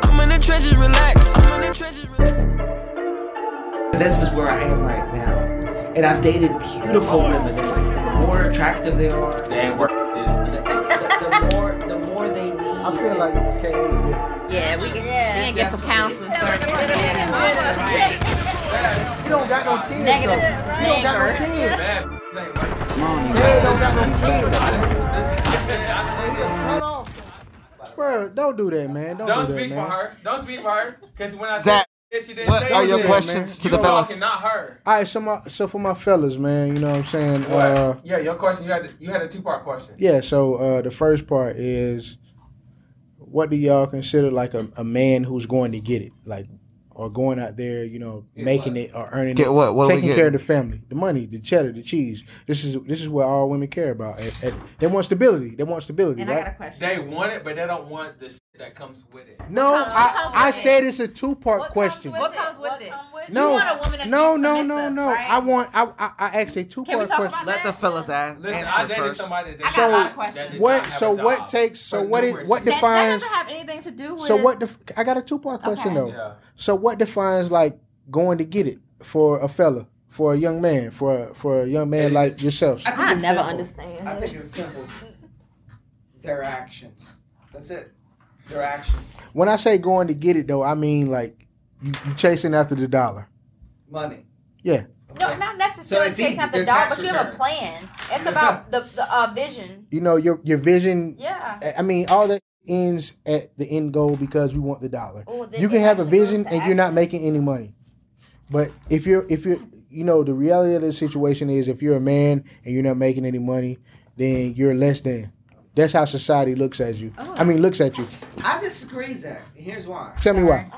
trenches, relax. I'm in the trenches, relax. This is where I am right now. And I've dated beautiful women. And the more attractive they are, They ain't work. the, the, the more the more they need. I feel like K.A. did it. Yeah, we can. Yeah. We ain't get for counseling. You don't got no kids. Negative though. You don't got no anger. kids. Bad ain't like K.A. don't got no kids. Man, he done cut off. Bro, don't do that, man. Don't, Don't do that, speak for man. her. Don't speak for her. Cause when I said Zach, shit, she didn't What say are it. your man. questions to You the fellas? talking, not her. All right, so my so for my fellas, man, you know what I'm saying. What? Uh, yeah, your question. You had you had a two part question. yeah. So uh, the first part is, what do y'all consider like a, a man who's going to get it, like, or going out there, you know, Get making it or earning it, Get what? What taking we care of get? the family, the money, the cheddar, the cheese. This is this is what all women care about. And- and they want stability. They want stability, And I got a right? question. They want it, but they don't want the shit that comes with it. No, What comes- what I, comes I with it? said it's a two part question. What comes with it? No, You want a woman that's no, no, no, submissive, no. right? I want. I I, I asked a two Can we part talk question. about Let that? the fellas ask. Listen, answer I dated first. somebody that I got a lot of that questions. did not What? have a So what job. takes? So For what numerous is? What That, that years. defines? doesn't have anything to do with. So what? Def- I got a two part Okay. question though. Yeah. So what defines like going to get it for a fella, for a young man, for a, for a young man like yourself? I think I it's never simple. understand. I think it's simple. Their actions. That's it. Their actions. When I say going to get it though, I mean like you, you chasing after the dollar. Money. Yeah. No, not So necessarily it's chasing easy. after They're the dog, tax but you have return. a plan. It's about the, the uh, vision. You know your your vision. Yeah. I- I mean all that ends at the end goal because we want the dollar. Oh, Well, then you can it have a actually goes vision to and you're not action. making any money but if you're if you're you know the reality of the situation is if you're a man and you're not making any money then you're less than that's how society looks at you Oh. i mean looks at you I disagree, Zach. and Here's why. tell me why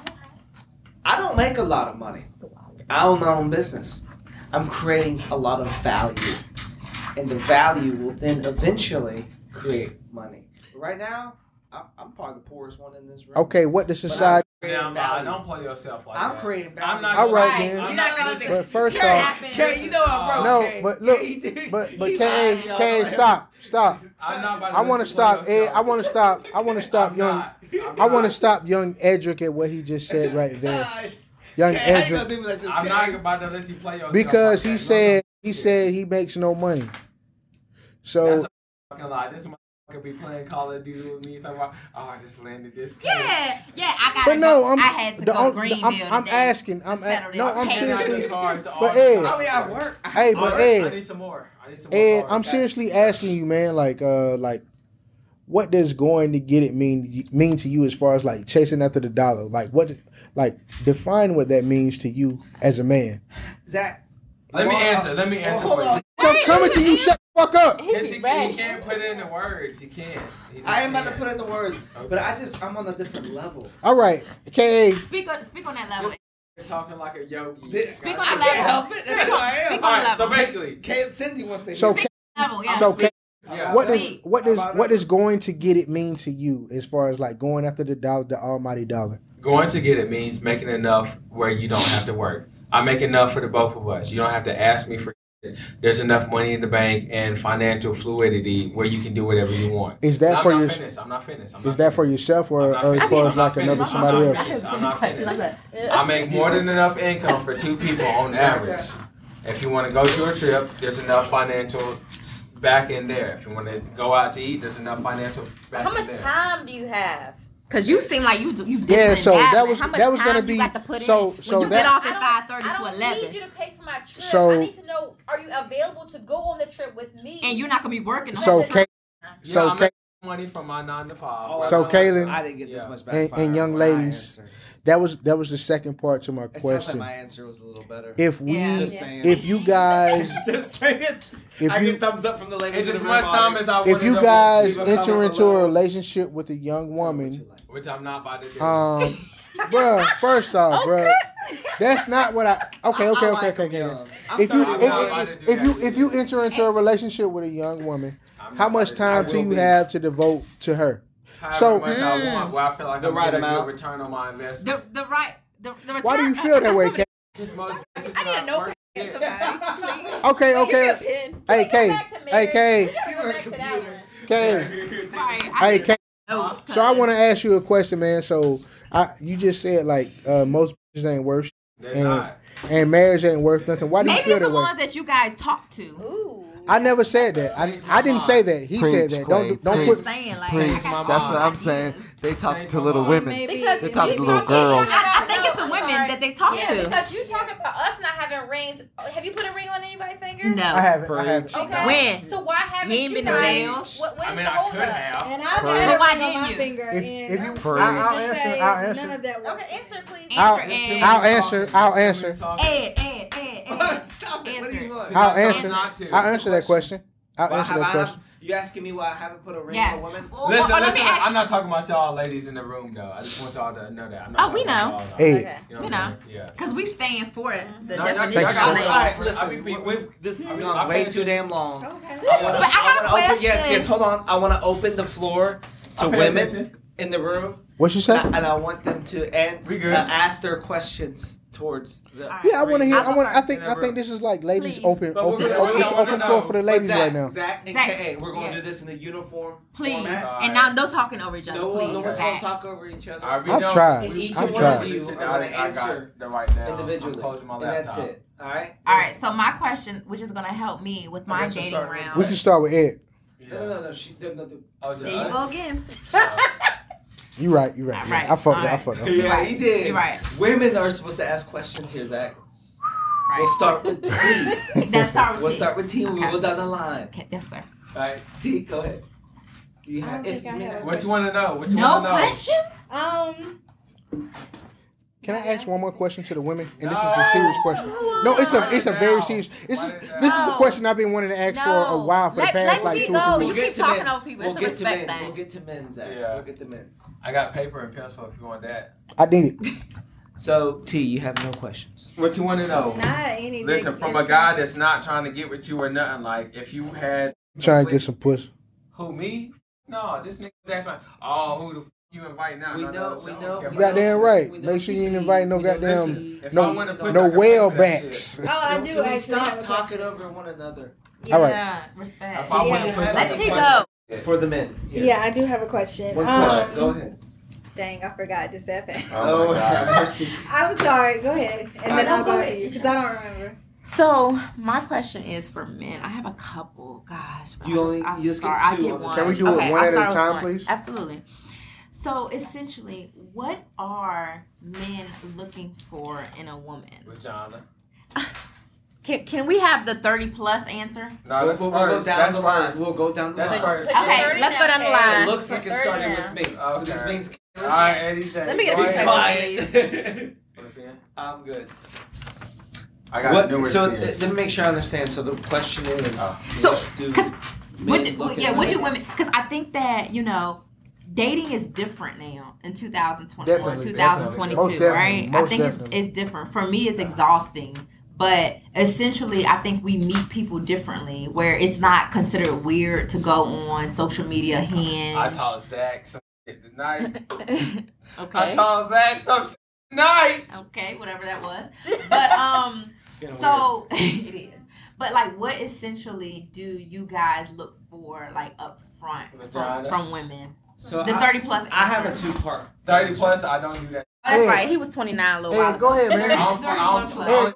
I don't make a lot of money. I own my own business. I'm creating a lot of value. And the value will then eventually create money. Right now, I'm, I'm probably the poorest one in this room. okay what does But I'm society creating Damn, nah, value. don't play yourself like I'm that. creating value. I'm not. All right, gonna- then. I'm You not know, gonna listen, but first Here it off happens. Kay, you know I'm broke. No, Kay. but look, Kay, dude. but but He K lying, A y'all. K A stop stop I'm not about to i want to listen play stop ed yourself. i want to stop i want to stop I'm young not. I'm i want to not. stop young edric at what he just said right there young Kay, how you edric gonna do me like this, I'm Kay? not about to let you play yourself. because he like that. No, said he shit. said he makes no money. So That's a fucking lie. This motherfucker be playing Call of Duty with me. Talking about, oh, I just landed this. case." Yeah, yeah. I got. but no, go, I'm I had to the go on- to the- Greenville. I'm, I'm today. asking. I'm to settle a- no, this I'm case. Handing out the seriously. cards all but the Ed- time. I mean, I Oh, work. I- Hey, but Oh, I Ed, need some more. I need some more. Ed, cards. I'm seriously asking you, man. Like, uh, like, what does going to get it mean mean to you as far as like chasing after the dollar? Like, what, like, define what that means to you as a man. Zach. Let me Hold on. answer. Let me Well, answer. hold for on. you. So I'm coming to you. Shut the fuck up. Yes, he, He he be back. can't put in the words. He can't. He just I am about to can't. put in the words, Okay. but I just I'm on a different level. All right, Ka. Speak on speak on that level. You're talking like a yogi. This- Speak Gotcha. on the level. it. Speak on, speak All on right. the So level. basically, Kay and Cindy wants to hear. So, it. Ka- level. Yeah. so Ka- yeah. what does Speak what does about what it. does going to get it mean to you as far as like going after the dollar, the almighty dollar? Going to get it means making enough where you don't have to work. I make enough for the both of us. You don't have to ask me for. shit. There's enough money in the bank and financial fluidity where you can do whatever you want. Is that No, for I'm your not finished. I'm not finished. I'm not is that for finished. yourself or, I'm or not as far as finished. like I'm another not somebody finished. else? I'm not finished. Like, I make more than enough income for two people on average. If you want to go to a trip, there's enough financial s- back in there. If you want to go out to eat, there's enough financial back How in much there. time do you have? Cause you seem like you do- you did Yeah, so that dabbling. was- How much that was gonna time be- you got to put so- in so when you that- get off at I five don't, thirty I to don't need you eleven, to pay for my trip. So- I need to know are you available to go on the trip with me? and you're not gonna be working. So Ka- Yeah, so I'm Ka- making money from my nine to five. Oh, So, I- Kaylin- I didn't get this Yeah. much And- backfire and young when I ladies, answered. that was that was the second part to my It sounds like question. my answer was a little better. If we Yeah. just Yeah. saying. if you guys just saying. I if you get thumbs up from the ladies. it's in as the much room time already. as I want. if you to- leave guys a enter comment into a below. relationship with a young Tell me what woman, you like. which I'm not about to do. um, bruh, first off, bruh, that's not what I. Okay, I- I okay, okay, like okay, them okay. young. I'm If sorry, you I'm not about if, to if, do if you that if you shit. enter into a relationship with a young woman, I'm how not much about time to that. do I you will be have to devote to her? However So- much I want, where I feel like The I'm right getting a amount. good return on my investment. The the right the, the return. Why do you feel that way, Kay? It's most- it's just I need not to know worth it. somebody, please. Okay, Give me a okay, pen. Can Hey, we go Kay. back to Hey, marriage? Kay. We gotta go You're a back to that computer. one. okay. Right. I Hey, need Kay. to know, So I cause- want to ask you a question, man. So I you just said like uh, most bitches ain't worth shit, They're And- not. and marriage ain't worth nothing. Why do you Maybe feel it's the that way? ones that you guys talk to. Ooh. I never said that. I, I didn't say that. He said Preach, that. Don't do- Quay, don't I'm preach. put. just saying, like, Preach. I That's got what all I'm ideas. saying. They talking Change to my little mind. women. Maybe. Because They're if talking you to little talk- girls. I, I think it's the I'm women sorry. that they talk Yeah, to. because you talk about us not having rings. Have you put a ring on anybody's finger? I No. haven't. I haven't. Okay. When? So why haven't You ain't you been to guys- jail? What, what I is mean, the I holdup? could have. And I've Pray. had a Why ring on didn't my you? finger. If, and if you, Pray. I, I'll I'll answer. say I'll none answer. None of that worked. Okay, answer please. I'll- Answer and I'll answer. I'll answer. I'll Ed, Ed, Ed, Ed. Stop it. What do Answer. you want? I'll answer. Not to. I'll answer that question. I'll Why answer have that I- question. You asking me why I haven't put a ring Yes. on a woman? Well, Listen, well, let me listen. ask I'm not talking about y'all ladies in the room though. I just want y'all to know that. I'm not Oh, we talking about y'all. Hey, Okay. You know. We what I'm saying? Yeah. Because we staying for it. The No, y'all- definition y'all of got so All much. lame. right, I mean, listen. we- we- we've, this has I mean, gone I way paid too attention. damn long. Okay. I wanna- But I got a wanna open- yes, question. yes. Hold on. I want to open the floor to I paid women attention. in the room, What you and say? I, and I want them to ans- We uh, good. ask their questions towards the. All right. Yeah, I want to hear. I'll I want. I find think. in I that think room. this is like ladies Please. open. But we're Open. gonna- Open, we're gonna- open floor for the But ladies Zach, right now. Zach and Zach, KA, we're going to yeah. do this in a uniform Please. format. Alright. And now no talking over each other. No, please. one- no one's going Zach. to talk over each other. All right, we I've know- tried. we- Each I'm one trying. of you I are gonna got answer the right now. individually. I'm closing my and that's laptop. it. All right. All right. So my question, which is going to help me with my guess we'll dating start with- round. We can start with Ed. No, no, no, no. She, no, no, no. Oh, is it There you us? go again. You right. You right. All you right. right, I fucked. all up. I right. fucked. up. Yeah, right. he did. You're right. Women are supposed to ask questions here, Zach. Right. We'll start with T. That's start with We'll T. start with T. and We'll Okay. go down the line. Okay, yes, sir. All right, T, go ahead. Do you I have? don't think I have. What you want to know? What you No want to know? questions? Um. Can I ask one more question to the women? And this is No. a serious question. No, it's a it's a very serious. This is this is a No. question I've been wanting to ask for a while for let, the past let like me two go. or three weeks. You We'll get keep to talking men. over people. We'll it's a get to men. respect thing. We'll get to men, Zach. Yeah. We'll get to men. I got paper and pencil if you want that. I did it. So T, you have no questions. What you want to know? Not anything. Oh. Listen, from a guy that's not trying to get with you or nothing, like if you had Trying to get some puss. who me? No, this nigga that's my oh who the f- you invite now? We No, no, know- no, we I don't know- care we got You about that goddamn shit. right. We Make don't sure you ain't see- inviting no we don't goddamn see- If no- I wanna put no that- whale that shit. backs. Oh, I do Can we actually. have stop a talking question. over one another All right. Yeah, If respect. I wanna Yeah. put something- Let T go. for the men? Yeah, I do have a question. One Um, question. Go ahead. Dang, I forgot just that fast. Oh my have God. mercy. I'm sorry. Go ahead, and Alright, then I'll no, go go to ahead. you because I don't remember. So my question is for men. I have a couple. Gosh, but You I just- only- I you just get start- I two on this. one. Can we do it Okay, one I'll at a start with time, one. please? Absolutely. So essentially, what are men looking for in a woman? Vagina. Can, can we have the thirty plus answer? No, that's we'll, we'll go first. down That's the line. first. We'll go down the That's line. first. Put your Okay, thirty let's go down the down. line. It looks like it Your started thirty with me. So this Okay. means All right, Eddie said. Let me get Go a piece be of ahead. quiet. I'm good. I got What? numerous So beers. th- let me make sure I understand. So the question is, Oh. So, what do 'cause men What, look do- in yeah, what do women? women? Because I think that you know, dating is different now in 2021, Definitely, 2022, most definitely, right? I most think it's, definitely. it's different. For me, it's exhausting, but essentially, I think we meet people differently, where it's not considered weird to go on social media, hinge. I taught Zach some shit tonight. I okay, taught Zach some shit tonight. okay, whatever that was, but um. It's kinda So it is. But like, what essentially do you guys look for, like up front from, Vagina. from women? weird. so The I- thirty plus. I have a answer. two part. Thirty plus, I don't do that. Oh, that's Hey. right. He was twenty nine a little while Ed, go ago. ahead, I man. don't, I don't, I Hey. don't,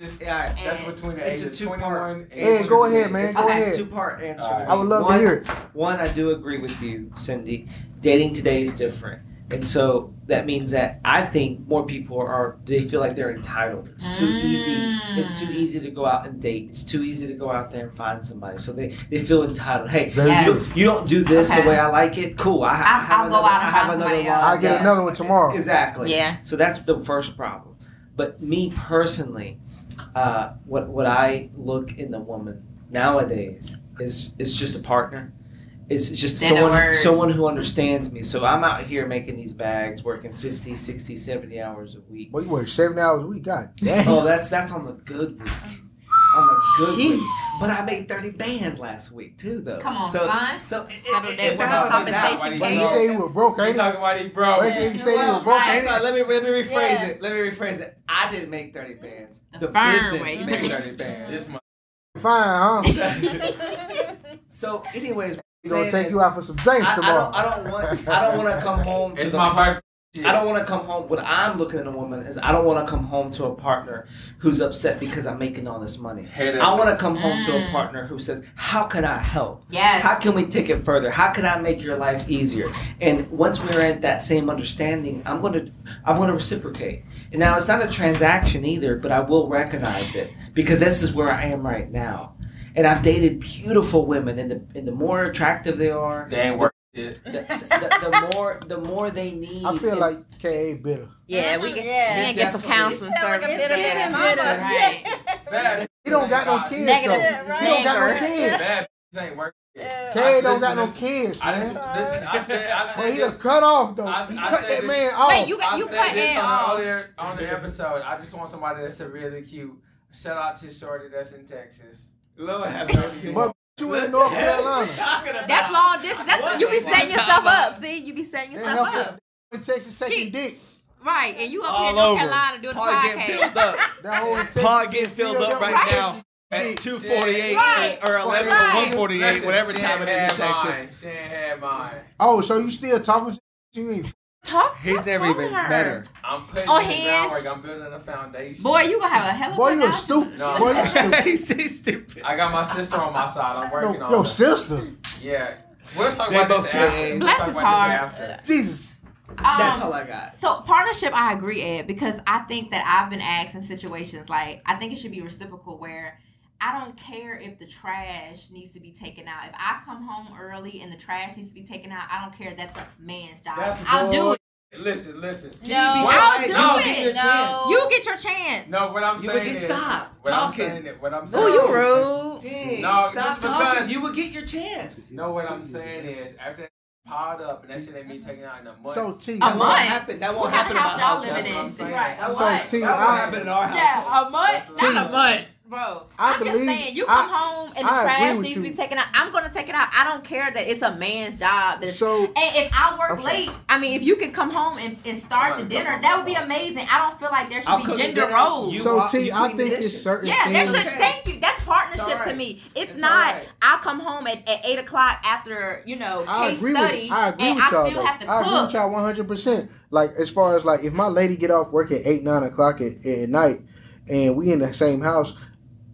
just, Yeah, that's And- between the It's age a of two-part. twenty-one. Hey, and go 26. ahead, man. go ahead. Two part answer. All right. I would love one, to hear it. One, I do agree with you, Cindy. Dating today is different, and so that means that I think more people are. They feel like they're entitled. It's too easy. It's Mm. too easy to go out and date. It's too easy to go out there and find somebody. So they, they feel entitled. Hey, Very Yes. true. you, you don't do this Okay. the way I like it. Cool. I, I I'll- have I'll go another. out and I have find another. somebody one. else. I'll get Yeah. another one tomorrow. Exactly. Yeah. So that's the first problem. But me personally, uh, what what I look in the woman nowadays is is just a partner. It's just Say the someone word. someone who understands me. So I'm out here making these bags, working 50, 60, 70 hours a week. Boy, you work seven hours a week. God damn. Oh, that's that's on the good week. On the good week. Mm. Sheesh. But I made 30 bands last week too, though. Come on, so, son. So it, Settle it, that it work balances out. compensation Like, Boy, case. you say you were broke, We ain't it? talking about he Boy, broke. you say you say you were broke, I'm ain't it? sorry, let me let me rephrase Yeah. it. Let me rephrase it. I didn't make 30 bands. The The, firm business way. made 30 bands. This my Fine, huh? so anyways, He's saying gonna take is, you out for some drinks I, I tomorrow. don't I don't want I don't want to come home to it's the my birthday. I don't want to come home. What I'm looking at a woman is I don't want to come home to a partner who's upset because I'm making all this money. Head I want to come home to a Mm. partner who says, "How can I help? Yes. How can we take it further? How can I make your life easier?" And once we're at that same understanding, I'm gonna, I'm gonna reciprocate. And now it's not a transaction either, but I will recognize it because this is where I am right now. And I've dated beautiful women, and the and the more attractive they are, They ain't worth it. the, the, the more the more they need. I feel and- like Ka bitter. Yeah, we Mhm, can, yeah. we can get some Definitely. counseling You sound like a service. bitter for that. ass bitter. mama. Right. Bad. He don't got no kids Negative. though. Yeah, right. He don't got no Negative. kids. Bad bitches ain't worth it. Yeah. K don't got Listen, no listen. kids, I just man. listen. I said. I Well, said. he this- just cut off though. I- he I cut said that this- man Oh, off. Wait, you I got you said cut this in on the off. earlier on the episode. I just want somebody that's really cute. Shout out to Shorty that's in Texas. Lord have mercy. But you in North Carolina. That's long distance. That's What? you be setting yourself What? up. See, you be setting They yourself help up. in Texas taking She- dick. Right, and you up All here in North over. Carolina doing the Pod getting podcast. filled up. That whole in Texas Pod getting filled field up right with now at Texas shit. 248 Right. or 11 or Right. 148, Listen, whatever she time it is ain't in had Texas. mine. She ain't had mine. Oh, so you still talking to you ain't Talk He's never fuck even on her. met her. I'm putting On in the his- groundwork. I'm building a foundation. Oh, Boy, you gonna have a hell of a Boy, you a production. stupid. No. Boy, you stupid. He's stupid. I got my sister on my side. I'm No, working on your it. sister. Yeah. We'll talk They about both this kill after. kids. We'll talk Bless his about this heart. after. Jesus. Um, That's all I got. So partnership, I agree, Ed, because I think that I've been asked in situations like I think it should be reciprocal where I don't care if the trash needs to be taken out. If I come home early and the trash needs to be taken out, I don't care. That's a man's job. That's I'll do bull- it. Listen, listen. No, Why? I'll do No, it. get your no. chance. You get your chance. No, what You I'm would saying get is stopped what talking. I'm saying is what I'm saying. Oh, you is- rude. Dang, No, stop just because- talking. You would get your chance. No, what I'm saying is after that piled up and that shit ain't be taken out in a month. So T. A That month. won't happen. That What won't kind of happen in my house y'all house. living that's what I'm in? saying. Right. That's A So, month. T, That won't I- happen in our house. Yeah, oh, a That's month, what not I'm a month, saying. bro. I I'm just believe- saying, you I- come home and the I agree trash with needs to you. be taken out. I'm gonna take it out. I don't care that it's a man's job. That So And if I work I'm sorry. late, I mean, if you can come home and, and I'm start the not dinner, gonna- that would be amazing. I don't feel like there should I'll be cook the gender dinner. roles. You so walk- T, you I clean think the it's dishes. certain yeah, there things. should. Okay. Thank you. That's partnership It's all to right. me. It's, It's all not. right. I'll come home at, at eight o'clock after you know I case agree study, with I agree and with I y'all. still though. have to I agree with cook. y'all one hundred percent. Like as far as like if my lady get off work at eight nine o'clock at, at night, and we in the same house,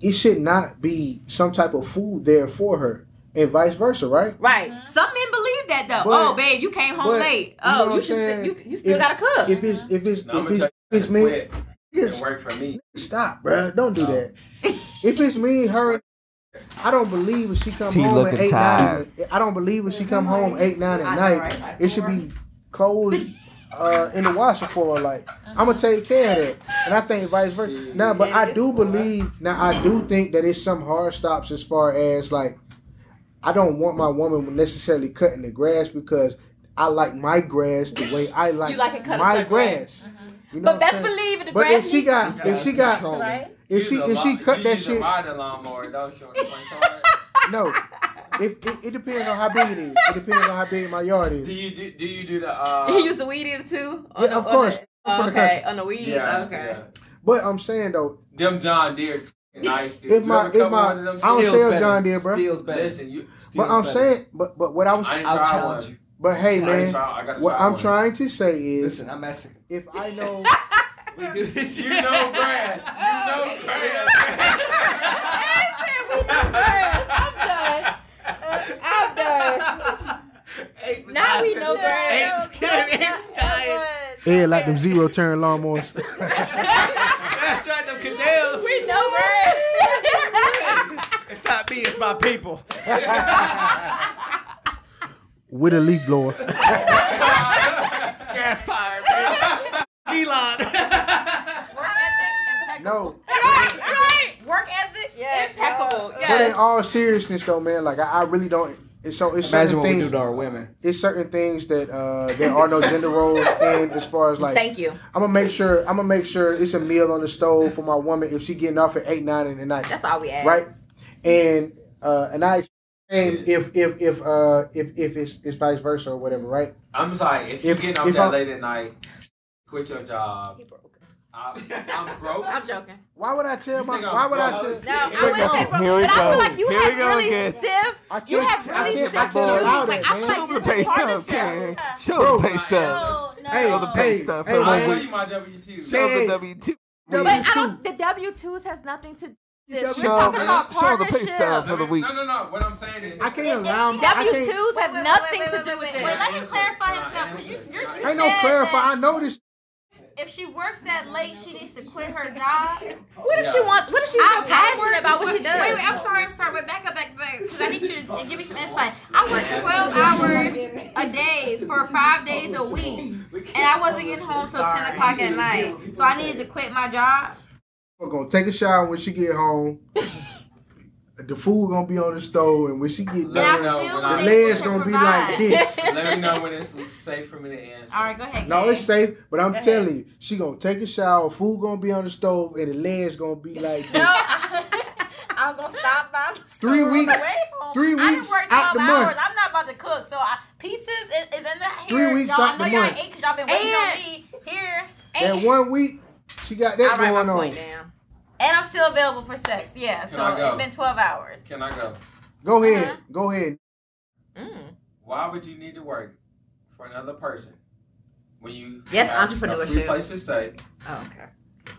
it should not be some type of food there for her, and vice versa, right? Right. Mm-hmm. Mhm. Some men believe that though. But- oh, babe, you came home but, late. you know Oh, what you, I'm should. St- saying? you, you still If- gotta cook. If it's if it's No, I'm if gonna it's tell you it's to me, quit and work for me. stop, bro. Don't do No. that. if it's me, her. I don't believe if she come T home at looking eight tired. nine. I don't believe if she come home eight nine I at know, night. right? Like It should four. be clothes uh, in the washer for her. Like I'm gonna take care of that, and I think vice versa. Now, but Uh-huh. Yeah, I it's do four. believe. Now, I do think that it's some hard stops as far as like I don't want my woman necessarily cutting the grass because I like my grass the way I like, You like it cut a my certain way. Uh-huh. grass. You know but what I'm best saying? believe it. The But grass if she needs- got, if she got, Right? if she, You if she use a cut li- that you use shit, a rider lawnmower, don't you? on the front yard? no. If it, it depends on how big it is, it depends on how big my yard Do is. you do, do you do the uh? He used the weed eater too. Yeah, Oh, of course. I'm On from the the, okay, country. on the weeds. Yeah, okay. yeah. But I'm saying though, Them John Deere's fucking nice, dude. If You my- ever if cut my- one of I them don't steals Steals sell better. John Deere, bruh. Steals better. Listen, you. but steals I'm better. saying, but but what I was, I ain't I'll tried challenge one. you. but hey I ain't man, tried- I gotta what try I'm one. trying to say is, Listen, I'm Mexican. if I know, We do this You shit. know grass. You know grass. Listen, we do grass. I'm done. I'm done. Now we know grass. Apes can apes dying. yeah, like them zero turn lawnmowers. That's right, them Cadels. We know grass. It's not me, it's my people. with a leaf blower. Gas power, bitch. Elon. Work ethic. impeccable. no, right, right. Work ethic. Yeah, impeccable. y'all. but in Yes. all seriousness though, man, like I, I really don't. It's so it's Imagine certain what we do things. to our women. It's certain things that uh, there are no gender roles in as far as like Thank you. I'm gonna make sure. I'm gonna make sure it's a meal on the stove for my woman if she getting off at eight nine in the night, That's all we ask. right? And uh, and I explain if if if uh if if it's, it's vice versa or whatever, right? I'm sorry. If you If- get up if that I'm- late at night, quit your job. He broke. I'm, I'm broke. I'm joking. Why would I tell You my? think I'm Why would I dumb? tell? No, Here I we wouldn't Here we go. say broke, but I go. feel like you Here we have go really again. stiff. I You have I really can't- stiff I views. can't allow that, Like I man. feel like this is a partnership. Show pay stub. No, no. Hey, All the hey, pay stuff. hey, I Moses. owe Moses. you my W two. Shit. Show Hey. the W two. W But I two. don't. The W twos has nothing to. This. W2, We're talking man. about Show the pay partnership. stub. For the week. No, no, no. What I'm saying is, I can't allow him. I W can't. twos have nothing to do with Wait, this. let me Answer. clarify Nah, himself. Cause you, answer. you're, you Ain't no said clarify. I that know this. If she works that late, she needs to quit her job. What if she wants? What if she's so passionate about what she does? Wait, wait, I'm sorry, I'm sorry. Wait, back up, back up, back up. Because I need you to give me some insight. I work 12 hours a day for five days a week. And I wasn't getting home till 10 o'clock at night. So I needed to quit my job. We're gonna take a shower when she get home. the food gonna be on the stove, and when she get And I done, No, no, still but was I- the able legs to gonna be provide. like this. let me know when it's safe for me to answer. All right, go ahead. No, Kay. it's safe, but I'm Go ahead. telling you, she gonna take a shower. Food gonna be on the stove, and the legs gonna be like this. I'm gonna stop by. The Three store on the weeks- way home. three I done weeks worked out the 12 month. hours. I'm not about to cook, so I, pizzas is, is in the here. Three weeks y'all, out I know the y'all month. ate because y'all been waiting And- on me here. That one week, she got I that write going my on. point down. And I'm still available for sex. Yeah, Can I so go? it's been 12 hours. Can I go? Go ahead, Uh-huh. go ahead. Mm. Why would you need to work for another person when you Yes, have entrepreneurship. a free place to stay? Oh, okay.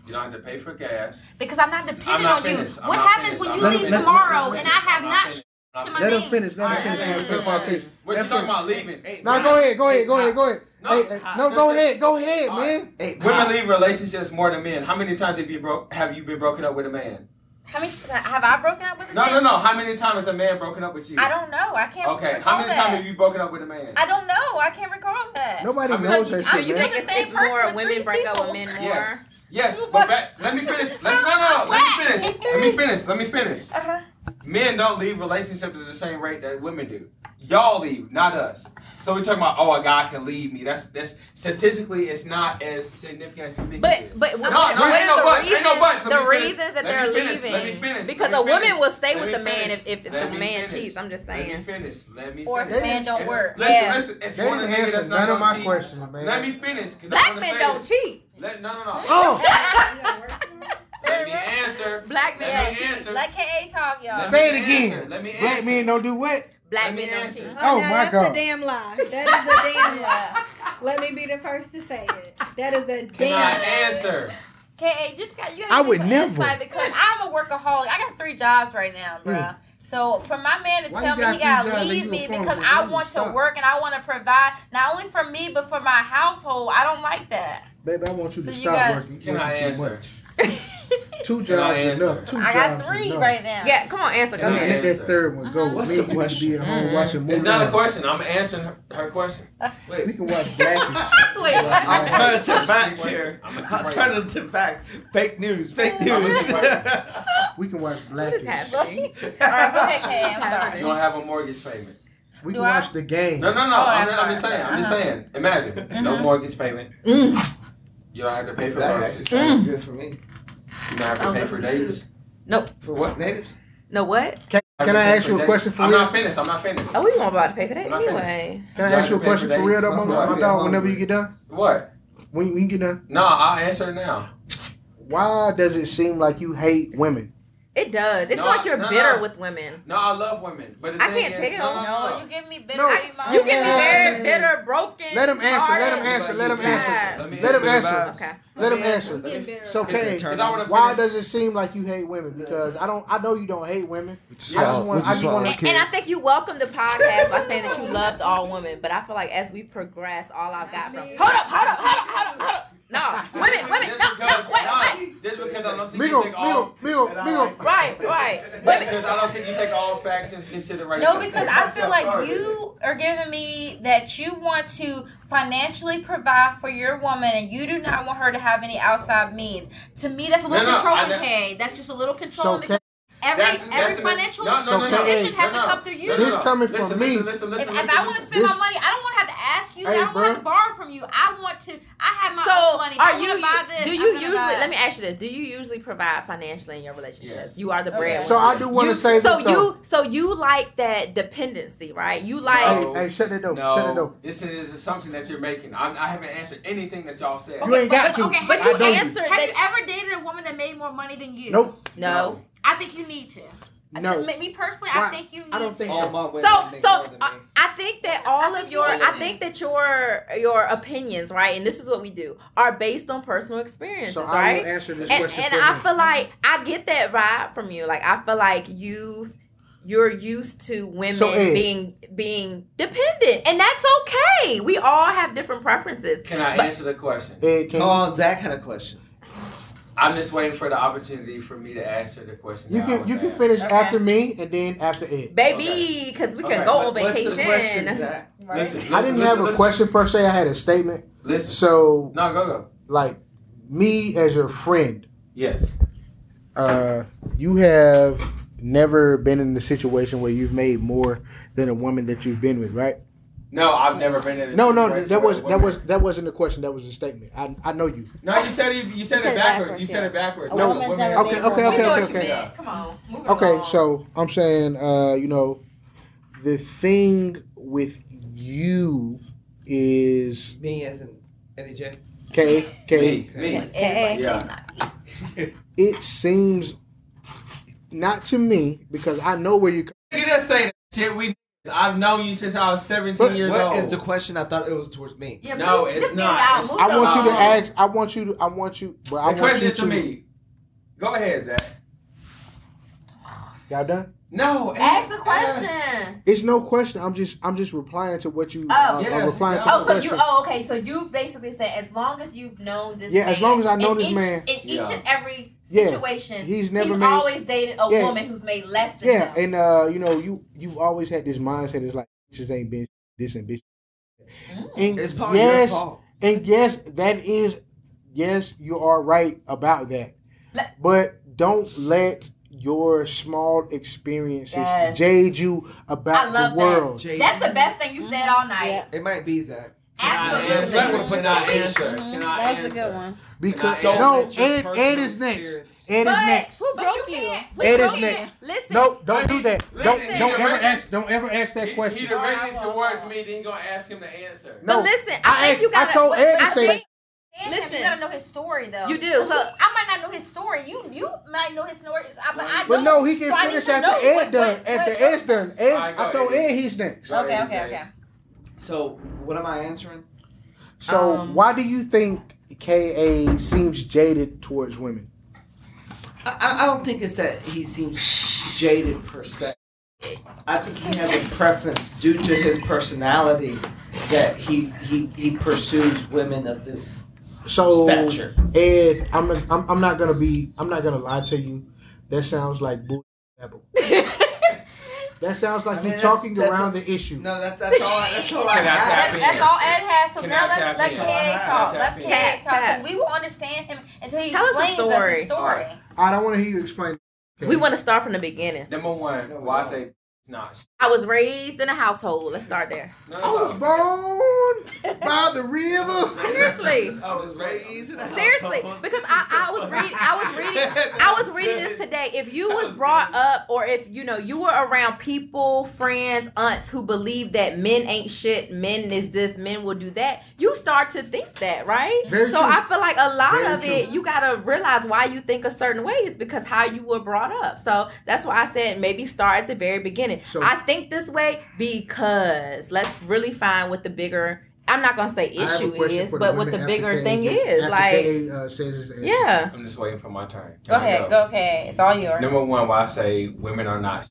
You don't have to pay for gas. Because I'm not dependent I'm not on you. finished. I'm what not happens finished. when I'm you not leave finished. tomorrow I'm and I finished. have I'm not finished. sh- to my Let meat? him finish. Let All him finish. right. Let him finish. Let him finish. Let What you him talking finish. about leaving? No, go ahead, go ahead, go ahead, go ahead. No, Hey, hey, no, go ahead, go ahead, All man. Hey, Women leave relationships more than men. How many times have you broke? Have you been broken up with a man? How many times have I broken up with a No, man? no, no. How many times has a man broken up with you? I don't know. I can't Okay. recall How many that. times have you broken up with a man? I don't know. I can't recall that. Nobody I'm knows so that you- shit, so you man. think it's- it's more women break up with men Yes. Yes, but back, let me finish. Let, no, no, no, let me finish. Let me finish. Let me finish. Uh-huh. Men don't leave relationships at the same rate that women do. Y'all leave, not us. So we're talking about oh, a guy can leave me. That's that's statistically, it's not as significant as you think. it But is. but no, what, no, what ain't no are buts. the reasons, Ain't no buts. Let the me finish. reasons that Let they're me finish. leaving? Let me finish. Because Let a me woman finish. will stay Let with me the man finish. if, if Let the me man finish. cheats. I'm just Let me saying. finish. Let me Or if the finish. man don't If- work. Listen, yeah. listen. If you They want didn't to nigga answer that's none not of my gonna cheat, questions, man. let me finish. 'cause I Black wanna men say don't this. cheat. Let, no, no, no. Oh, Let me answer. Black men Let don't me cheat. answer. Let KA talk, y'all. Let me say it answer. again. Let me Black answer. men don't do what? Black Let me men don't answer. cheat. Oh, no, my that's God. a damn lie. That is a damn lie. Let me be the first to say it. That is a Can damn I lie. answer? KA, you just got you got. I would never. because I'm a workaholic. I got three jobs right now, bruh. Mm. So for my man to Why tell you got me he three jobs gotta and leave you me a farmer? because Why I you want to stop? work and I want to provide not only for me but for my household, I don't like that. Baby, I want you to So you stop got- working. Can You're I working too answer? much. Two jobs I is enough. answer? Two I jobs got is three enough. right now. Yeah, come on, answer. Go Can I ahead. Let that third one go. Uh-huh. What's Me the and you can question? be at home Mhm. watching movies. It's not a question. I'm answering her, her question. Uh-huh. We Wait. can watch Blackish. Alternative facts here. Alternative facts. Fake news. Fake news. We can watch What is Blackish. happening? All right, go ahead, KA. I'm You sorry. don't have a mortgage payment. We Do can I? watch the game. No, no, no. Oh, I'm, I'm I'm just sorry. saying. I'm just Uh-huh. saying. Imagine no Mm-hmm. Mhm. mortgage payment. Mm. You don't have to pay for That groceries. actually sounds good for me. You don't have to Sounds pay good for for me too. dates. For what natives? No, what? Can, can You I have to ask pay you for a dates. question for I'm real? not finished. I'm not finished. Oh, we weren't about to pay for that I'm not finished. anyway. Can You I ask have you a to pay question for for real dates. though, my, No, my I'm dog? hungry. Whenever you get done, What? when, when you get done, No, I'll answer it now. why does it seem like you hate women? It does. It's No, like you're no, bitter no. with women. No, I love women, but the I thing can't is, take it. no, no, No, no. you give me bitter. No, baby mama. You get me Hey. very bitter, broken. Let him answer. Let him hearted. answer. Let him Yeah. answer. Let me Let him answer. answer. Okay. Let him me answer. Let me- Getting bitter. So okay. Because I want to Why finish. does it seem like you hate women? Because I don't. I know you don't hate women. Yeah. I just want. I just want And, and I think you welcome the podcast by saying that you loved all women, but I feel like as we progress, all I've got from hold up, hold up, hold up, hold up, hold up. No, women, women, no, Just no, because- wait, wait. no, Just because I don't think you Migo, take all. Migo, Migo, Migo. Right, right. Just Women, because I don't think you take all facts into consideration. No, because I feel like you are giving me that you want to financially provide for your woman and you do not want her to have any outside means. To me, that's a little No, no, controlling, I- Kay. That's just a little controlling So because can, every, That's- that's every a mis- financial no, no, no, no, decision no, has no, to no. come through you. This coming listen, from listen, me. Listen, if, listen, if I listen, want to listen. spend This- my money, I don't want to have to ask you. Hey, I don't want to bruh. borrow from you. I want to. I have my so own money. are I'm you? gonna buy this. Do I'm you gonna usually? buy- Let me ask you this: Do you usually provide financially in your relationship? Yes. You are the Okay. breadwinner. so I do want You- to say this So though. you, so you like that dependency, right? You like hey, hey, shut that door. Shut that No, door. this is an assumption that you're making. I'm, I haven't answered anything that y'all said. You ain't got but- to. okay, But I you know answered Have you that. ever dated a woman that made more money than you? Nope. No. I think you need to. No. to me- me personally, Why? I think you need. I don't think All so. my women so make more so than uh, me. I think that all I of think your all I of think that your your opinions right, and this is what we do are based on personal experiences, So I right? will answer this and, question and for I him. feel like I get that vibe from you. Like I feel like you you're used to women So, Ed. being being dependent, and that's okay. We all have different preferences. Can I But- answer the question? Ed, can Come on, Zach had a question. I'm just waiting for the opportunity for me to answer the question. you that I can was you can asked. finish Okay. after me and then after Ed. Baby, because we Okay, can go What- on What's vacation. the question, Zach? Right? Listen, listen, I didn't listen, have a listen, question per se. I had a statement. Listen, So no, go go. like me as your friend, Yes, uh, you have never been in the situation where you've made more than a woman that you've been with, right? no, I've never been in. A No, no, situation that where was a that woman- was that wasn't a question. That was a statement. I I know you. No, you said it, you said it backwards. You said it backwards. No, No, woman's women- never Okay, okay, we know okay, what you okay. meant. Come on. move it Okay, along. so I'm saying, uh, you know, the thing with you is Me as in Eddie J. K K. Me, me. Eh, Yeah. It seems not to me because I know where you. come You just say that shit. We. I've known you since I was 17 What- years old. what is the question? I thought it was towards me. Yeah, No, please- it's just get not. it out. It's- Move I it want you to along. ask. I want you to. I want you. But I the want question you is to me. Go ahead, Zach. Y'all done? No. Ask the yes. question. It's no question. I'm just I'm just replying to what you. Oh. uh, I'm Yes, replying to yeah. Oh, the so you? question. Oh, okay. So you basically said as long as you've known this. Yeah, man, as long as I know in this each- man. in each Yeah. and every Yeah. situation, He's never he's made- always dated a Yeah. woman who's made less than yeah, and him. uh, you know, you you've always had this mindset. It's like bitches ain't bitch this and bitch. Mm. And It's probably yes, your fault. and yes, that is yes, you are right about that. Let- But don't let your small experiences Yes. jade you I about love the that. world. Jay, That's the best thing you said all night. It might be Zach. Can I Absolutely. answer? Can I answer? Mhm. Can I That was a answer? good one. Because Don't no, let your Ed, Ed personal is next. experience- Ed is But- next. Who But broke you you? can't. It But is you next. can't. Listen. No, don't do that. Listen, Don't he don't ever directed- ask. Don't ever ask that He- question. He directed towards me, then he gonna ask him to answer. No, but listen, I, I think asked- you gotta, I told but- Ed but to I say think Listen, Listen. you gotta know his story though. You do, so- I might not know his story. You you might know his story, I- but I But know- no, he can so I need finish to after know Ed what- done. what- after what- Ed's done. Ed, All right, go I told ahead. Ed he's next. Go Okay, ahead, okay, Zach. okay. So what am I answering? So Um, why do you think Ka seems jaded towards women? I- I, I don't think it's that he seems jaded per se. I think he has a preference due to his personality that he he, he pursues women of this So stature. Ed, I'm, I'm I'm not gonna be I'm not gonna lie to you. That sounds like bull. babble. that sounds like I mean, you're that's- talking that's around a- the issue. No, that, that's all. I, that's all I Can I tap That's, got. in? that's all Ed has. So Can now I let's tap let's K in? Can I talk. tap Let's in? K Tap, talk tap. because we will understand him until he Tell us the explains us story. his All story. right. I don't want to hear you explain. we want to start from the beginning. Number one, why I say not? I was raised in a household. Let's start there. No, I was no, no. born by the river. Seriously. Oh, it's very easy to Seriously, because I, I was reading I was reading I was reading this today. If you was brought up or if you know you were around people, friends, aunts who believe that men ain't shit, men is this, men will do that, you start to think that, right? Very so true. I feel like a lot Very of it true. you gotta realize why you think a certain way is because how you were brought up. So that's why I said maybe start at the very beginning. So- I think this way because let's really find what the bigger I'm not gonna say I have a issue question is, for but what women the after bigger Ka thing gets- is, after like Ka, uh, says his answer. yeah. I'm just waiting for my turn. Go ahead. Go okay. It's all yours. Number one, why I say women are not.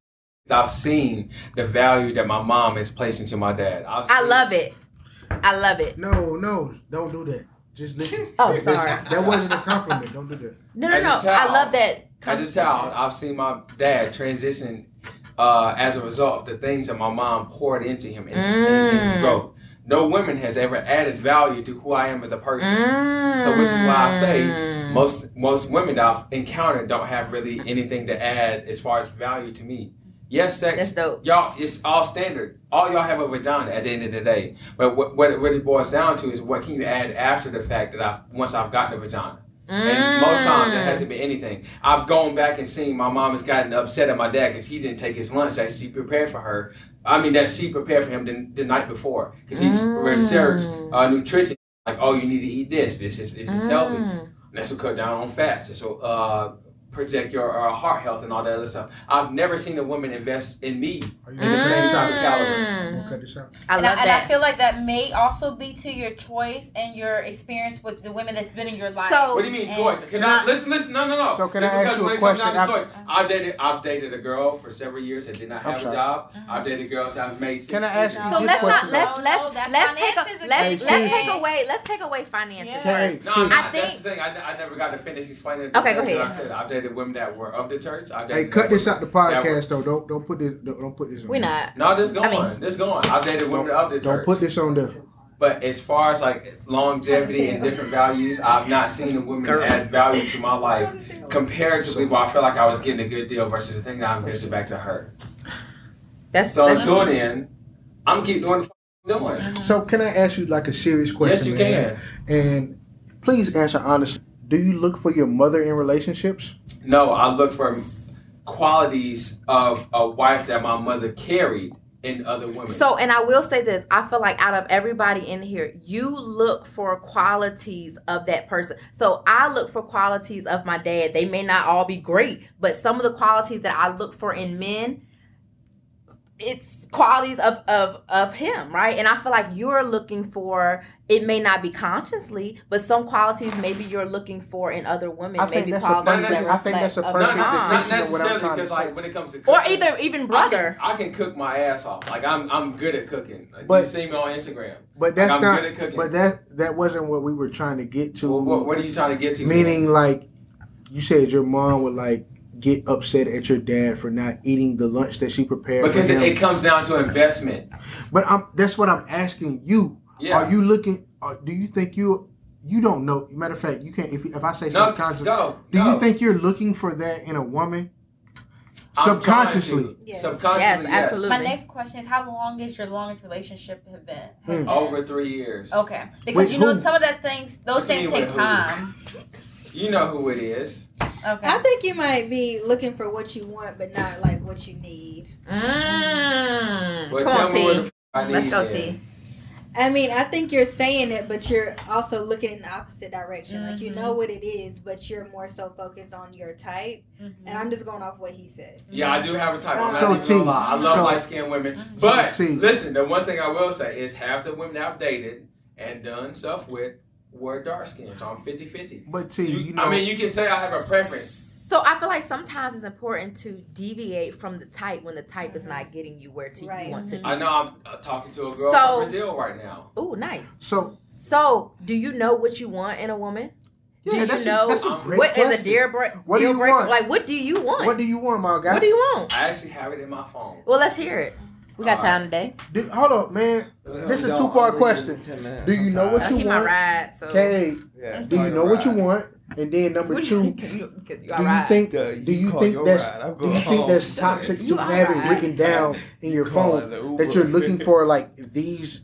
I've seen the value that my mom is placing to my dad. I've I seen- love it. I love it. No, no, don't do that. Just listen. Oh, Just sorry. listen. That wasn't a compliment. Don't do that. No, no, As a no. I child- love that. As a child, I've seen my dad transition uh, as a result of the things that my mom poured into him and, and his Mm. growth. No woman has ever added value to who I am as a person. Mm. So which is why I say most most women that I've encountered don't have really anything to add as far as value to me. Yes, that's sex, dope. y'all, it's all standard. All y'all have a vagina at the end of the day. But what, what it really boils down to is what can you add after the fact that I've once I've gotten a vagina. And Mm. most times it hasn't been anything. I've gone back and seen my mom has gotten upset at my dad because he didn't take his lunch that she prepared for her. I mean that she prepared for him the, the night before because he's Mm. researched uh, nutrition Mm. like oh you need to eat this. This is this is healthy. That's will cut down on fats. This will uh, project your uh, heart health and all that other stuff. I've never seen a woman invest in me. Are you in the same shot with caliber. gonna Mm. cut this out? I and, I, love and I that. feel like that may also be to your choice and your experience with the women that's been in your life. So- What do you mean And- choice? Can I listen? Listen, no, no, no. So can Just I ask because you a when it comes question down to after- choice, I've dated, I've dated a girl for several years that did not I'm have a sorry. job. Uh-huh. I've dated girls that have made. six Can I ask figures. you so this let's question? not let's No, let's no, that's let's take finances a, again. let's Hey, let's see. take away let's take away finances. Yeah. Hey, No, I'm see, not. I That's the think- thing. I, I never got to finish explaining. the Okay, thing go that I ahead. said I've dated women that were of the church. I've Hey, dated cut this out the podcast That though. Don't don't put this don't, don't put this on. We not. No, this going. I mean- this going. I've dated women of the Don't church. put this on there. But as far as like longevity and different values, I've not seen a woman Girl. add value to my life comparatively where I felt like I was getting a good deal versus the thing that I'm giving back to her. That's So that's until then, I'm keep doing the f- I'm doing. So can I ask you like a serious question? Yes, you man? can. And please answer honestly. Do you look for your mother in relationships? No, I look for qualities of a wife that my mother carried in other women. So, and I will say this I feel like out of everybody in here, you look for qualities of that person. So, I look for qualities of my dad. They may not all be great, but some of the qualities that I look for in men, it's qualities of, of, of him, right? And I feel like you're looking for, it may not be consciously, but some qualities maybe you're looking for in other women. I think maybe that's a- qualities not that necess- I think that's a reflect perfect not, of mom. not depiction of what I'm trying necessarily to because say. like when it comes to Or cooking, either even I can- brother. I can, cook my ass off. Like I'm, I'm good at cooking. Like But- you see me on Instagram. But that's like, I'm not. good at cooking. But that that wasn't what we were trying to get to. Well, what, what are you trying to get to? with Meaning, like you said, your mom would like get upset at your dad for not eating the lunch that she that? prepared because for it, him. it comes down to investment. but I'm that's what I'm asking you. Yeah. Are you looking? Or do you think you you don't know? Matter of fact, you can't. If, if I say no, subconscious, go. do go. you think you're looking for that in a woman? I'm trying to. Subconsciously, Yes. Subconsciously, Yes, yes, absolutely. my next question is how long is your longest relationship have been? has Mm. been? Over three years. Okay, because With you know who? some of that things, those What you things mean take with who? time. You know who it is. Okay. I think you might be looking for what you want, but not like what you need. Mm. Well, Come tell on, me T. where the f- I Let's need go, you. T. I mean, I think you're saying it, but you're also looking in the opposite direction. Like you Mhm. Mm-hmm. know what it is, but you're more so focused on your type. Mm-hmm. And Mm-hmm. I'm just going off what he said. Yeah, I do have a type. I'm not So, even gonna T, lie. I love so- light skinned women. Mhm. But So, T. listen, the one thing I will say is half the women I've dated and done stuff with were dark skinned. So I'm 50 50. but T, you, know, I mean, you can say I have a preference. So I feel like sometimes it's important to deviate from the type when the type is Mm-hmm. not getting you where to Right. you want to be. I know I'm uh, talking to a girl So- from Brazil right now. Ooh, nice. so So, do you know what you want in a woman? yeah, Do you that's, know a, that's a what great What is question. a deal, break? What do deal you breaker? want? Like, what do you want? What do you want, my guy? What do you want? I actually have it in my phone. Well, let's hear it. We got All right. time today. Do- hold up, man. This is a two-part question. Do you know I what you keep my want? ride. So, Okay, Yeah, do you know what you want? And then number What do two, you- 'cause you, 'cause you do all you right. think Do do you think that's do you Oh, think that's toxic You to all have it right. written down in your phone that you're looking for like these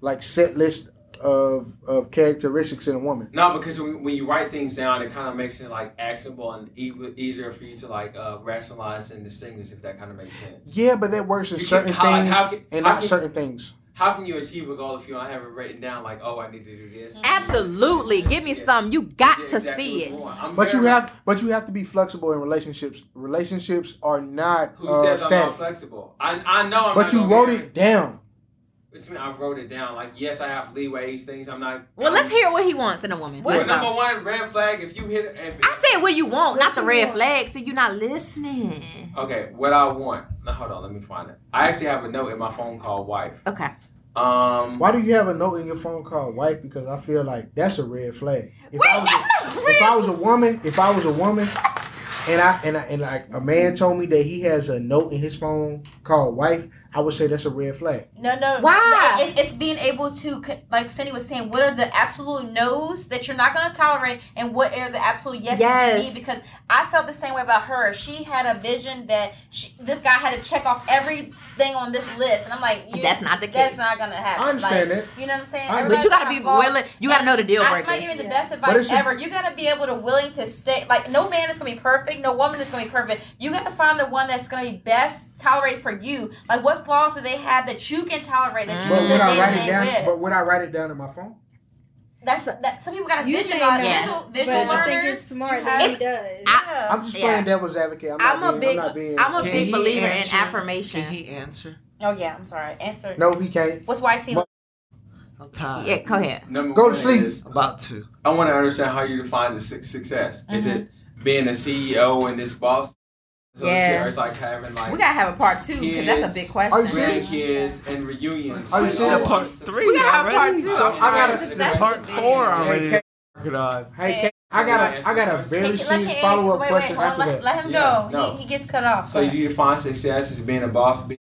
like set list of of characteristics in a woman? No, because when, when you write things down, it kind of makes it like actionable and e- easier for you to like uh, rationalize and distinguish if that kind of makes sense. Yeah, but that works in You certain can- how- things how can- and how not can- certain things. How can you achieve a goal if you don't have it written down? Like, oh, I need to do this. Absolutely. Give me some. You got Yeah, to exactly see what's it. going on. I'm But you very- have but you have to be flexible in relationships. Relationships are not Who uh, says I'm not static. flexible? I, I know I'm. But you wrote it down. It's me. I wrote it down. Like, yes, I have leeways. Things I'm not. Well, let's hear what he wants in a woman. Well, Let's go. number one red flag. If you hit, if I said what you want, What not the you red want. flag. So you're not listening. Okay, what I want. Now hold on, let me find it. I actually have a note in my phone called wife. Okay. Um, Why do you have a note in your phone called wife? Because I feel like that's a red flag. If Wait, I was a, that's not if I real. was a woman, if I was a woman, and I and I, and like a man told me that he has a note in his phone called wife, I would say that's a red flag. No, no. Why? but It, it's being able to, co- like Cindy was saying, what are the absolute no's that you're not going to tolerate, and what are the absolute yeses Yes. you need? Because I felt the same way about her. She had a vision that she, this guy had to check off everything on this list, and I'm like, you, That's not the that's case. not going to happen. I understand Like, it. You know what I'm saying? I- But Everybody's you gotta be kinda flawed. willing. You gotta know the deal I might give breaker. you the Yeah. best But advice it's a- ever. You gotta be able to willing to stay. Like no man is gonna be perfect. No woman is gonna be perfect. You gotta find the one that's gonna be best tolerated for you. Like what flaws do they have that you can tolerate that you Mm. But can would live I day write to it day down? with? But would I write it down in my phone? That's that. Some people got a You vision may on not, visual, But visual I learners. think it's smart you that he have- does. I- Um, Yeah. I'm just Yeah. playing devil's advocate. I'm, not I'm a being, big- I'm not being. I'm a Can big he believer answer? in affirmation. Can he answer? Oh yeah, I'm sorry. Answer. no, he can't. What's white feeling? I'm tired. Yeah, go ahead. Number Go to one sleep. is, About to. I want to understand how you define the su- success. Is it being a CEO and this boss? Mm-hmm. So Yeah. Or it's like having like We gotta have a part two because that's a big Kids. question. Are you serious? grandkids and reunions. Are you Like, serious? oh, That part it's- three We gotta have part already. two. So, I'm I sorry, gotta- success that's part should be- four Hey, already. Kate, Working on. Hey, Yeah. Kate, I got a, I got a very Hey, let- serious hey, follow up wait, question wait, hold on, after let, that. let him Yeah, go. no. He, he gets cut off. so Go ahead. you define success as being a boss, be-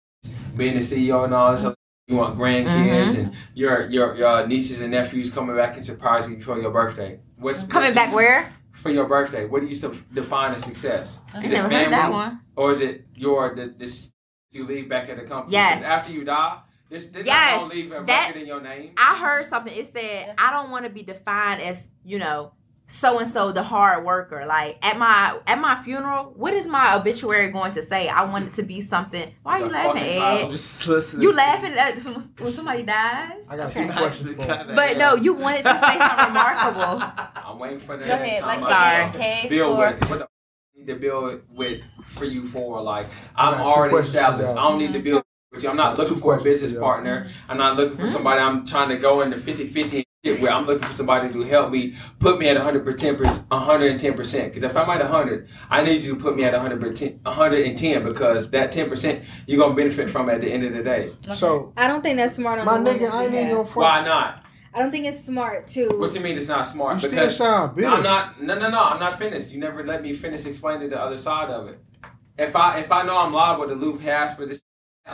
being a CEO, and all this. other- You want grandkids Mm-hmm. and your, your your nieces and nephews coming back and surprising you for your birthday. What's Coming back where? for your birthday? What do you su- define as success? I Is it never heard that family? one. or is it your the this you leave back at the company? Yes. 'Cause After you die, this this Yes. don't leave a That- record in your name. I heard something. It said I don't want to be defined as you know so and so the hard worker. Like at my at my funeral, what is my obituary going to say? I want it to be something. Why are you It's a laughing, fucking Ed? title. I'm just listening. You laughing at when when somebody dies? I got Okay. two questions. for him. But no, you wanted to say something remarkable. I'm waiting for the Go ahead. next Let's time. Sorry. I see your case Build for- with what the f- you need to build with for you for like I I'm got two already questions for established. y'all. I don't need to build with you. I'm I got not two looking for a questions for business y'all. partner. I'm not looking for somebody. I'm trying to go into 50-50 shit where I'm looking for somebody to help me put me at 110 percent 110 percent because if I'm at 100 I need you to put me at 100 percent 110 because that 10 percent you're gonna benefit from at the end of the day So I don't think that's smart on my the nigga, woman's I ain't even behalf. gonna why front. not I don't think it's smart to. What you mean it's not smart? You still because sound bitter. I'm not. No, no, no. I'm not finished. You never let me finish explaining the other side of it. If I if I know I'm liable to lose half for this,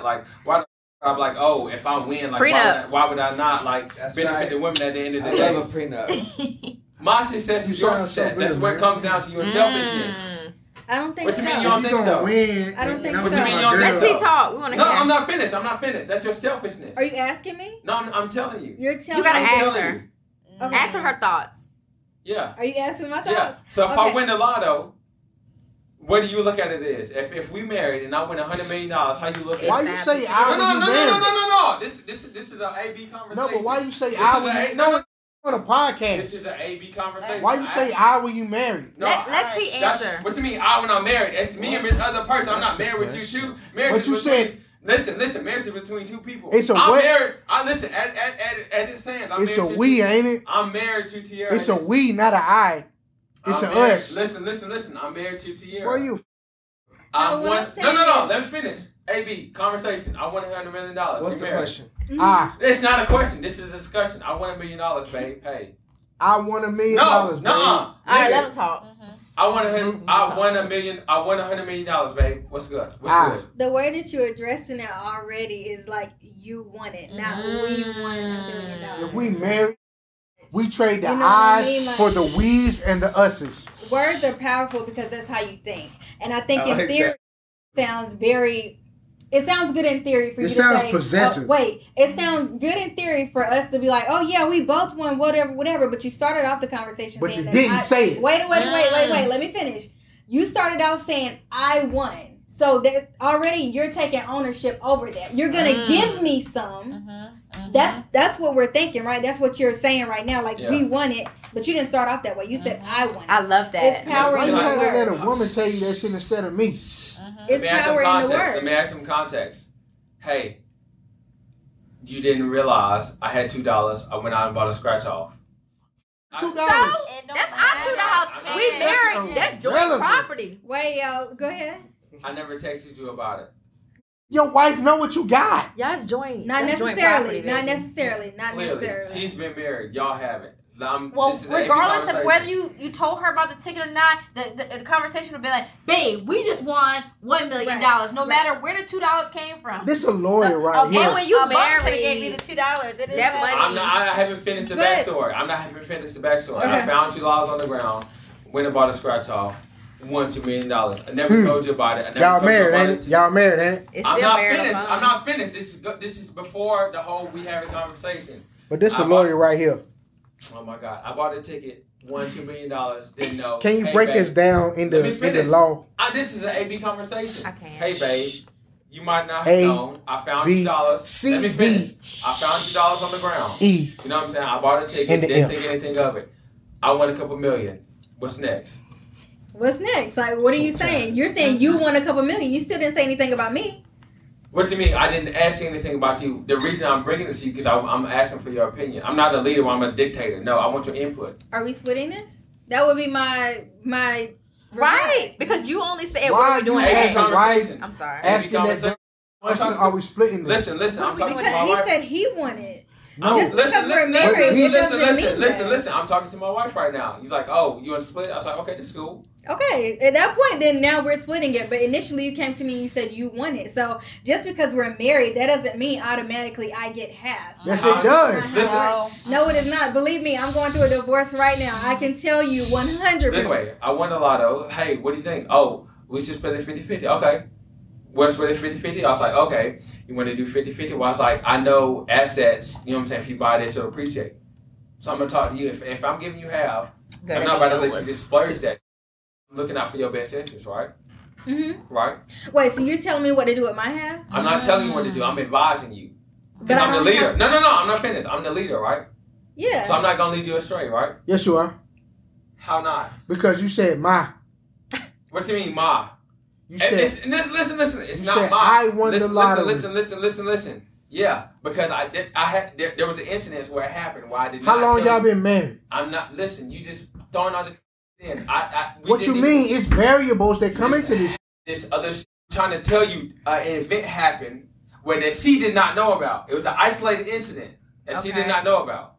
like why? the f- I'm like, oh, if I win, like why would Prenup. I, why would I not like That's benefit right. the women at the end of the I day? love a prenup. My success is You your sound so success. bitter, That's what man. comes down to Mm. your selfishness. Mm. I don't think What so. you mean you If don't you think gonna so. win, I don't think I'm so. with What you my mean you don't Let's think girl. see talk. We want to No, hear. I'm not finished. I'm not finished. That's your selfishness. Are you asking me? no, I'm, I'm telling you. You're telling gotta me. I'm ask telling her. you. Okay. Ask her her thoughts. Yeah. Are you asking my Yeah. thoughts? So if I Okay. win the lotto, what do you look at it as? If if we married and I win a hundred million dollars, how you look Why at it? you say No, I no, no, would no, be no, married? no, no, no. This this is this is an AB conversation. No, but why you say This I is would? a- you- no, No, no. on a podcast. This is an AB conversation. Why you say I, I were you married? no, Let, I- let's he that's- answer. What you mean? I when I'm married, it's me and this other person. I'm not That's married the with you question. too. Marriage But is you between- said- Listen, listen. Marriage is between two people. It's a I'm what? married. I listen. As, as, as it stands, I'm It's a married to we, Tiara. ain't it? I'm married to Tiara. It's a Listen, we, not a I. It's I'm a married- us. Listen, listen, listen. I'm married to Tiara. Where you? I No, what I'm want, no, saying no, no. is- Let me finish. AB conversation. I want a hundred million dollars. What's We the married. question? Mm-hmm. I It's not a question. This is a discussion. I want a million dollars, babe. Hey. I want a million No, dollars, babe. no. All right, let him talk. Mm-hmm. I want a Move hundred. this I on. want a million. I want a hundred million dollars, babe. What's good? What's Ah. good? The way that you're addressing it already is like you want it, not we want a million Mm. dollars. If we married, we trade the You know what I eyes mean? Like- for the we's and the us's. words are powerful because that's how you think. And I think I in like theory sounds very it sounds good in theory for It you sounds to say possessive. oh, wait, it sounds good in theory for us to be like, "Oh yeah, we both won whatever whatever," but you started off the conversation But saying you that didn't I- say it. Wait, wait, wait, wait, Mm. wait. Let me finish. You started out saying I won. So that already you're taking ownership over that. You're going to Mm. Mm-hmm, give me some. That's that's what we're thinking, right? That's what you're saying right now. Like Yeah. we won it, but you didn't start off that way. You said I won. It. Mm-hmm. I love It's that. power Why in you the gotta let word. a woman tell you that shit instead of me? Let It's me add some power in the context. Let me word. add some context. Hey, you didn't realize I had two dollars. I went out and bought a scratch off. I- Two dollars. It don't That's our two matter. dollars. We That's married. That's joint irrelevant. property. Wait, y'all, go ahead. I never texted you about it. Your wife know what you got. Y'all joint. Not that's joint property, necessarily. Not baby. necessarily. Not Clearly, necessarily. she's been married. Y'all haven't. I'm, Well, this is an AB regardless of conversation. whether you, you told her about the ticket or not, the, the, the conversation would be like, babe, we just won $1 million. Right. No Right. matter where the $2 came from. This a lawyer Uh, right Okay, And here. when you A mom coulda married, gave me the $2. It is that money- I'm not, I haven't finished the But- backstory. I'm not having finished the backstory. Okay. I found two dollars on the ground, went and bought a scratch off, won two million dollars. I never Hmm. told you about it. I never Y'all told married, you about ain't it? Y'all married, ain't it? It's I'm still not married. finished. alone. I'm not finished. This is go- this is before the whole we had a conversation. But this a I'm- lawyer right here. Oh my god! I bought a ticket, won two million dollars. Didn't know. Can you Hey, break babe. this down in Let me the in the finish. law? I, this is an AB conversation. I can't. Hey babe, You might not A, know. I found B, two dollars. C, Let me finish. I found two dollars on the ground. E. You know what I'm saying? I bought a ticket. And the Didn't F. think anything of it. I won a couple million. What's next? What's next? Like, what are you saying? You're saying Mm-hmm. you won a couple million. You still didn't say anything about me. What do you mean? I didn't ask you anything about you. The reason I'm bringing this to you because I'm asking for your opinion. I'm not a leader. I'm a dictator. No, I want your input. Are we splitting this? That would be my my Right, because you only said Why what are are we doing you Hey, today? asking- conversation. I'm sorry. Hey, Asking that conversation. I'm question, talking are we splitting to- this? listen, listen. I'm talking to my Because he wife. said he won it. I'm- just because we're married, listen, it listen, doesn't listen, mean listen, that. listen. I'm talking to my wife right now. He's like, "Oh, you want to split?" I was like, "Okay, that's cool." Okay, at that point, then now we're splitting it. But initially, you came to me and you said you won it. So just because we're married, that doesn't mean automatically I get half. Uh-huh. Yes, Uh, it does. Listen, No, it is not. Believe me, I'm going through a divorce right now. I can tell you 100. This percent way, I won the lotto. Hey, what do you think? Oh, we should split it 50 50. Okay. We're split it 50 50. I was like, okay, you want to do 50 50? Well, I was like, I know assets, you know what I'm saying? If you buy this, it'll appreciate. So I'm going to talk to you. If, if I'm giving you half, I'm not about to let you just splurge that. I'm looking out for your best interest, right? Mhm. Right? Wait, so you're telling me what to do with my half? I'm not telling you what to do. I'm advising you. Mm. But Because I I'm the don't leader. No, no, no. I'm not finished. I'm the leader, right? Yeah. So I'm not going to lead you astray, right? Yes, you are. How not? Because you said my. What do you mean, ma? You It- said it's- listen, listen, listen. It's You not said, my. "I won the listen, lottery." Listen, listen, listen, listen, listen. Yeah, because I did. I had there, there was an incident where it happened. Why I did how not long tell y'all you. been married? I'm not. Listen, you just throwing all this in. I. I we What you didn't even- mean? It's variables that come into Listen. this. This other s- trying to tell you uh, an event happened where that she did not know about. It was an isolated incident that she did Okay. not know about.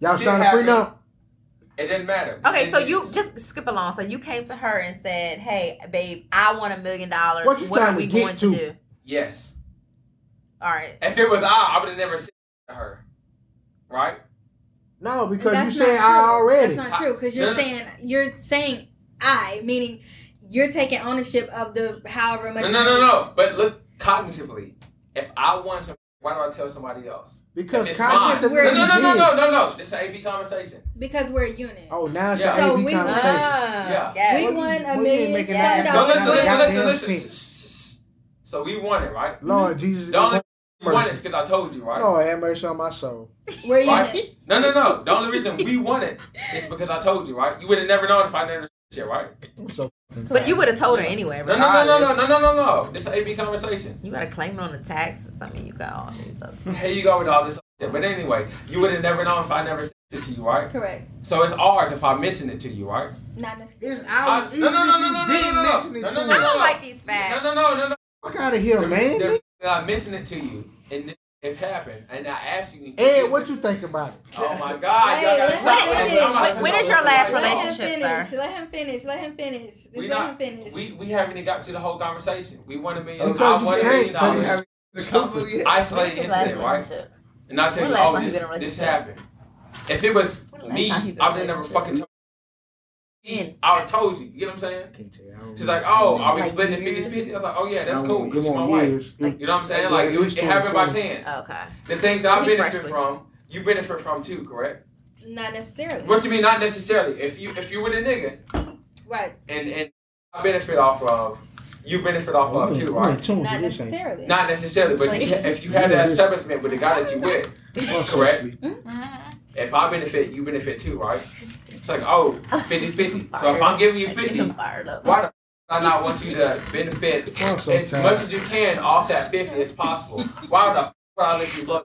Y'all Shit signed a happened. prenup. It didn't matter. Okay, It so didn't- you just skip along. So you came to her and said, "Hey, babe, I want a million dollars. What you are trying to we get going to?" to do?" Yes. All right. If it was I, I would have never said it to her. Right. No, because you That's said not I true. already. That's not true because you're No, no. saying you're saying I, meaning you're taking ownership of the however much. No, no, no, no. But look cognitively. If I want some, why do I tell somebody else? Because It's Kanye mine. said We're- what no, he no, no, did. no, no, no. This is an AB conversation. Because we're a unit. Oh, now it's Yeah. yeah. So AB we- conversation. Ah, Yeah. yes. We What you- won a what you million making Yeah. dollars. that So makes listen, no listen, listen, goddamn listen. sense. Shh, shh, shh, shh. So we won it, right? Lord Jesus, The only Lord we won it mercy. because I told you, right? Lord, have mercy on my soul. We're a Right. unit. No, no, no. The only reason we won it is because I told you, right? You would have never known if I never said it, right? So But you would have told her anyway. No, no, no, no, regardless. no, no, no, no, no. This is an AB conversation. You got to claim it on the taxes. I mean, you got all these. Other. Here you go with all this. shit. But anyway, you would have never known if I never said it to you, right? Correct. So it's ours if I mention it to you, right? Not necessarily. it's I- ours. no, even no, if no, you no, no, no, didn't no, no. mention it No, to no, me. no, I no. don't like these No, facts. no, no, no, no. Fuck out of here, man. There's- I'm mentioning uh, it to you, and this it happened, and I asked you. Ed, what you think about it? Oh my God! y'all gotta Wait, stop when- this. I'm when- like- when is your last Let him relationship, finish. sir. Let him finish. Let him finish. Just We let not- him finish. We we haven't even got to the whole conversation. We won a million. Because I you won a ain't, million because dollars. you have The couple you had. Isolated When's the last incident, right? relationship? And I tell When you, last oh, time you this been in a this relationship? happened. If it was When the last me, I time you would been in a have never relationship? fucking told you. In. I would told you. You get what I'm saying? She's like, Mm-hmm. oh, are we splitting it 50 50? I was like, oh, yeah, that's cool. It Cause you're my won't wife. years. It- You know what I'm saying? Yeah, Like, at it, was- least it happened by 20. chance. Okay. The things that I We benefit freshly. from, you benefit from too, correct? Not necessarily. What you mean, not necessarily. If you if you were a nigga Right. and, and I benefit off of, you benefit off of too, right? Not necessarily. Not necessarily, but you, if you had that establishment with the guy that you with, Correct. Mm-hmm. if I benefit, you benefit too, right? It's like, oh, 50 50. So if I'm giving you 50, I'm why fired up. the f- I not want you to benefit I'm so as much tired. as you can off that 50 as possible? Why the f- would I let you blow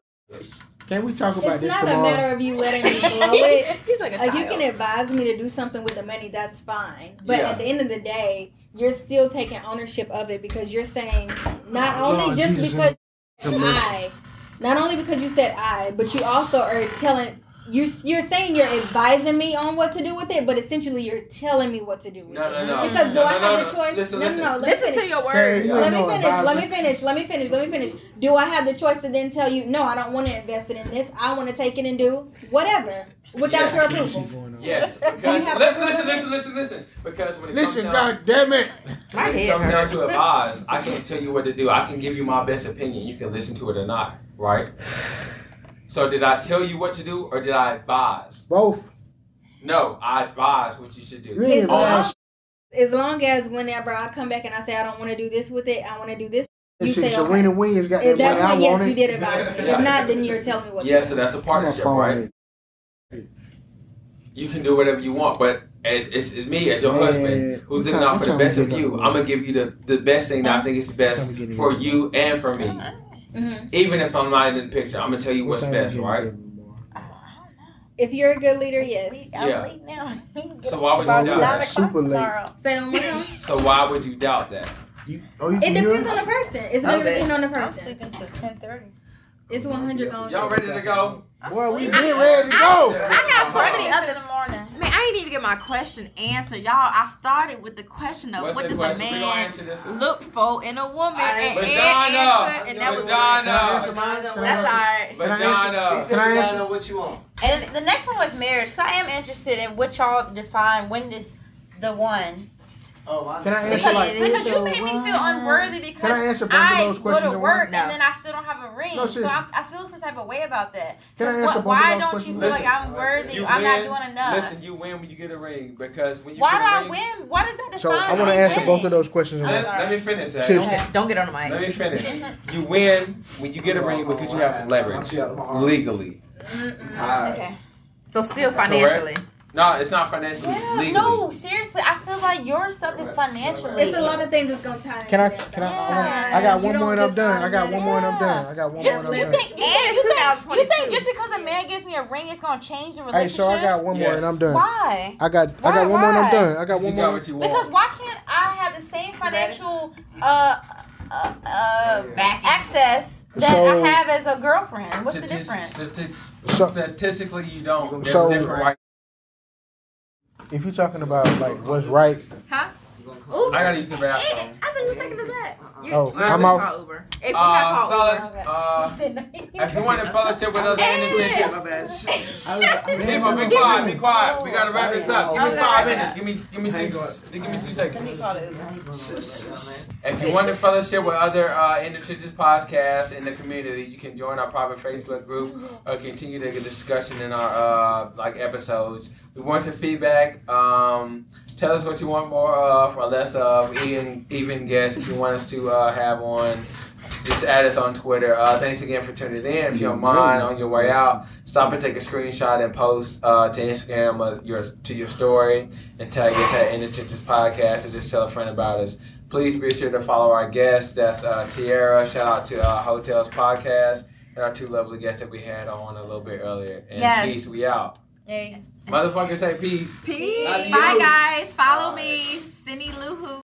Can we talk about It's this not a tomorrow? matter of you letting me blow it. He's like a Like you child. can advise me to do something with the money, that's fine. But Yeah. at the end of the day, you're still taking ownership of it because you're saying not Oh, only just Jesus. because Have mercy. I, not only because you said I, but you also are telling you you're saying you're advising me on what to do with it, but essentially you're telling me what to do with No, it. no, no. Because do no, I no, have no, the choice? Listen, no, listen. no, no. Let me Listen finish. to your words. you Let know me finish. Let me advisors. finish. Let me finish. Let me finish. Do I have the choice to then tell you, no, I don't want to invest it in this. I want to take it and do whatever without Yes. your What approval. shit going on? Yes, Do because you have li- to listen, prove it? listen, listen, listen. Because when it Listen, comes down, God damn it. My when it head comes down hurts. to advice, I can't tell you what to do. I can give you my best opinion. You can listen to it or not, right? So did I tell you what to do or did I advise? Both. No, I advise what you should do. You ain't It's advised. as long as whenever I come back and I say I don't want to do this with it, I want to do this. You say, Serena Williams got If that that money. I one, yes, want you it. did advise me. If not, then you're telling me what. to Yeah, do. so that's a I'm gonna partnership, phone right? it. You can do whatever you want, but as it's it's me as your Man, husband who's what looking time- out what for the time we best of getting you. up? I'm gonna give you the, the best thing that I think is best Time we getting for up? you and for me. Mm-hmm. Even if I'm not in the picture, I'm gonna tell you what's What time best, we right? getting up? If you're a good leader, yes. Yeah. late now. So why would you About do that? nine o'clock Super late. tomorrow. Say it one more time. So why would you doubt that? You, oh, you It can hear depends it? on the person. It's I'm going to depend on the I'm person. sleeping till ten thirty. It's 100 going. Y'all ready to go? Boy, we sleep. been ready to go. I got Wow. forty up in the morning. Man, I didn't even get my question answered, y'all. I started with the question of What's what the does question? a We gonna man answer this. look for in a woman, I- and Ed Vagina. answered, and that was Vagina. that's all right. Can I answer- Vagina. Can I answer? what you want? And the next one was marriage. Cause I am interested in what y'all define when this the one. Oh, my Can I bad. answer Because, like- because you made me feel unworthy Can I because answer both I of those go questions? to in work one? No. and then I still don't have a ring. No, so seriously. I, I feel some type of way about that. Can I Why- answer both of why those don't questions? you in feel one? like I'm worthy? You I'm win. not doing enough. Listen, you win when you get a ring because when you why get do a I ring, win? Why does that define? So I want to me answer winning? both of those questions. in Let, one. sorry. let me finish that. Seriously. Don't get, don't get on the mic. Let me finish. You win when you get a ring because you have leverage legally. Tired. Okay. So still financially. No, it's not financially legally. No, seriously, I feel like your stuff is financially. It's a lot of things that's going to tie into Can I? that, Can I? though. I, Yeah. want- I got You one don't more and I'm just done. I got one more and I'm done. automatic- I got one Just more and you I'm done. think, you, And you think, you 2022. think just because a man gives me a ring, it's gonna change the Hey, relationship? so I got one more and I'm done. Why? I got. I Why? got one more and Why? I'm done. I got you one got more. what you Because want. why can't I have the same financial uh, uh, uh, Back access that So- I have as a girlfriend? What's the difference? Statis- statis- So- Statistically, you don't. There's So- different right. If you're talking about like what's right, Uber. I gotta use the bathroom. I thought you were taking this back. You- Oh, you I'm should off. call Uber. If you Uh, got called solid. Uber. Uh, if you want to fellowship with us, Hey! hey. My bad. Give me, be quiet, be quiet. We gotta wrap this up. Give me Okay. five minutes. Give me, give me Hang two, give me two seconds. That's If you want to fellowship with other uh, In the Trenches podcasts in the community, you can join our private Facebook group or continue the discussion in our uh, like episodes. We want your feedback. Um, tell us what you want more of or less of. Even even guests if you want us to uh, have on. Just add us on Twitter. Uh, thanks again for tuning in. If you don't mind, on your way out, stop and take a screenshot and post uh, to Instagram uh, your to your story and tag us at In the Trenches Podcast and just tell a friend about us. Please be sure to follow our guests. That's uh, Tierra. Shout out to uh, Hotels Podcast and our two lovely guests that we had on a little bit earlier. And Yes. peace, we out. Yay. Motherfuckers say peace. Peace. Adios. Bye, guys. Follow Bye. me, Cindy Lou Who.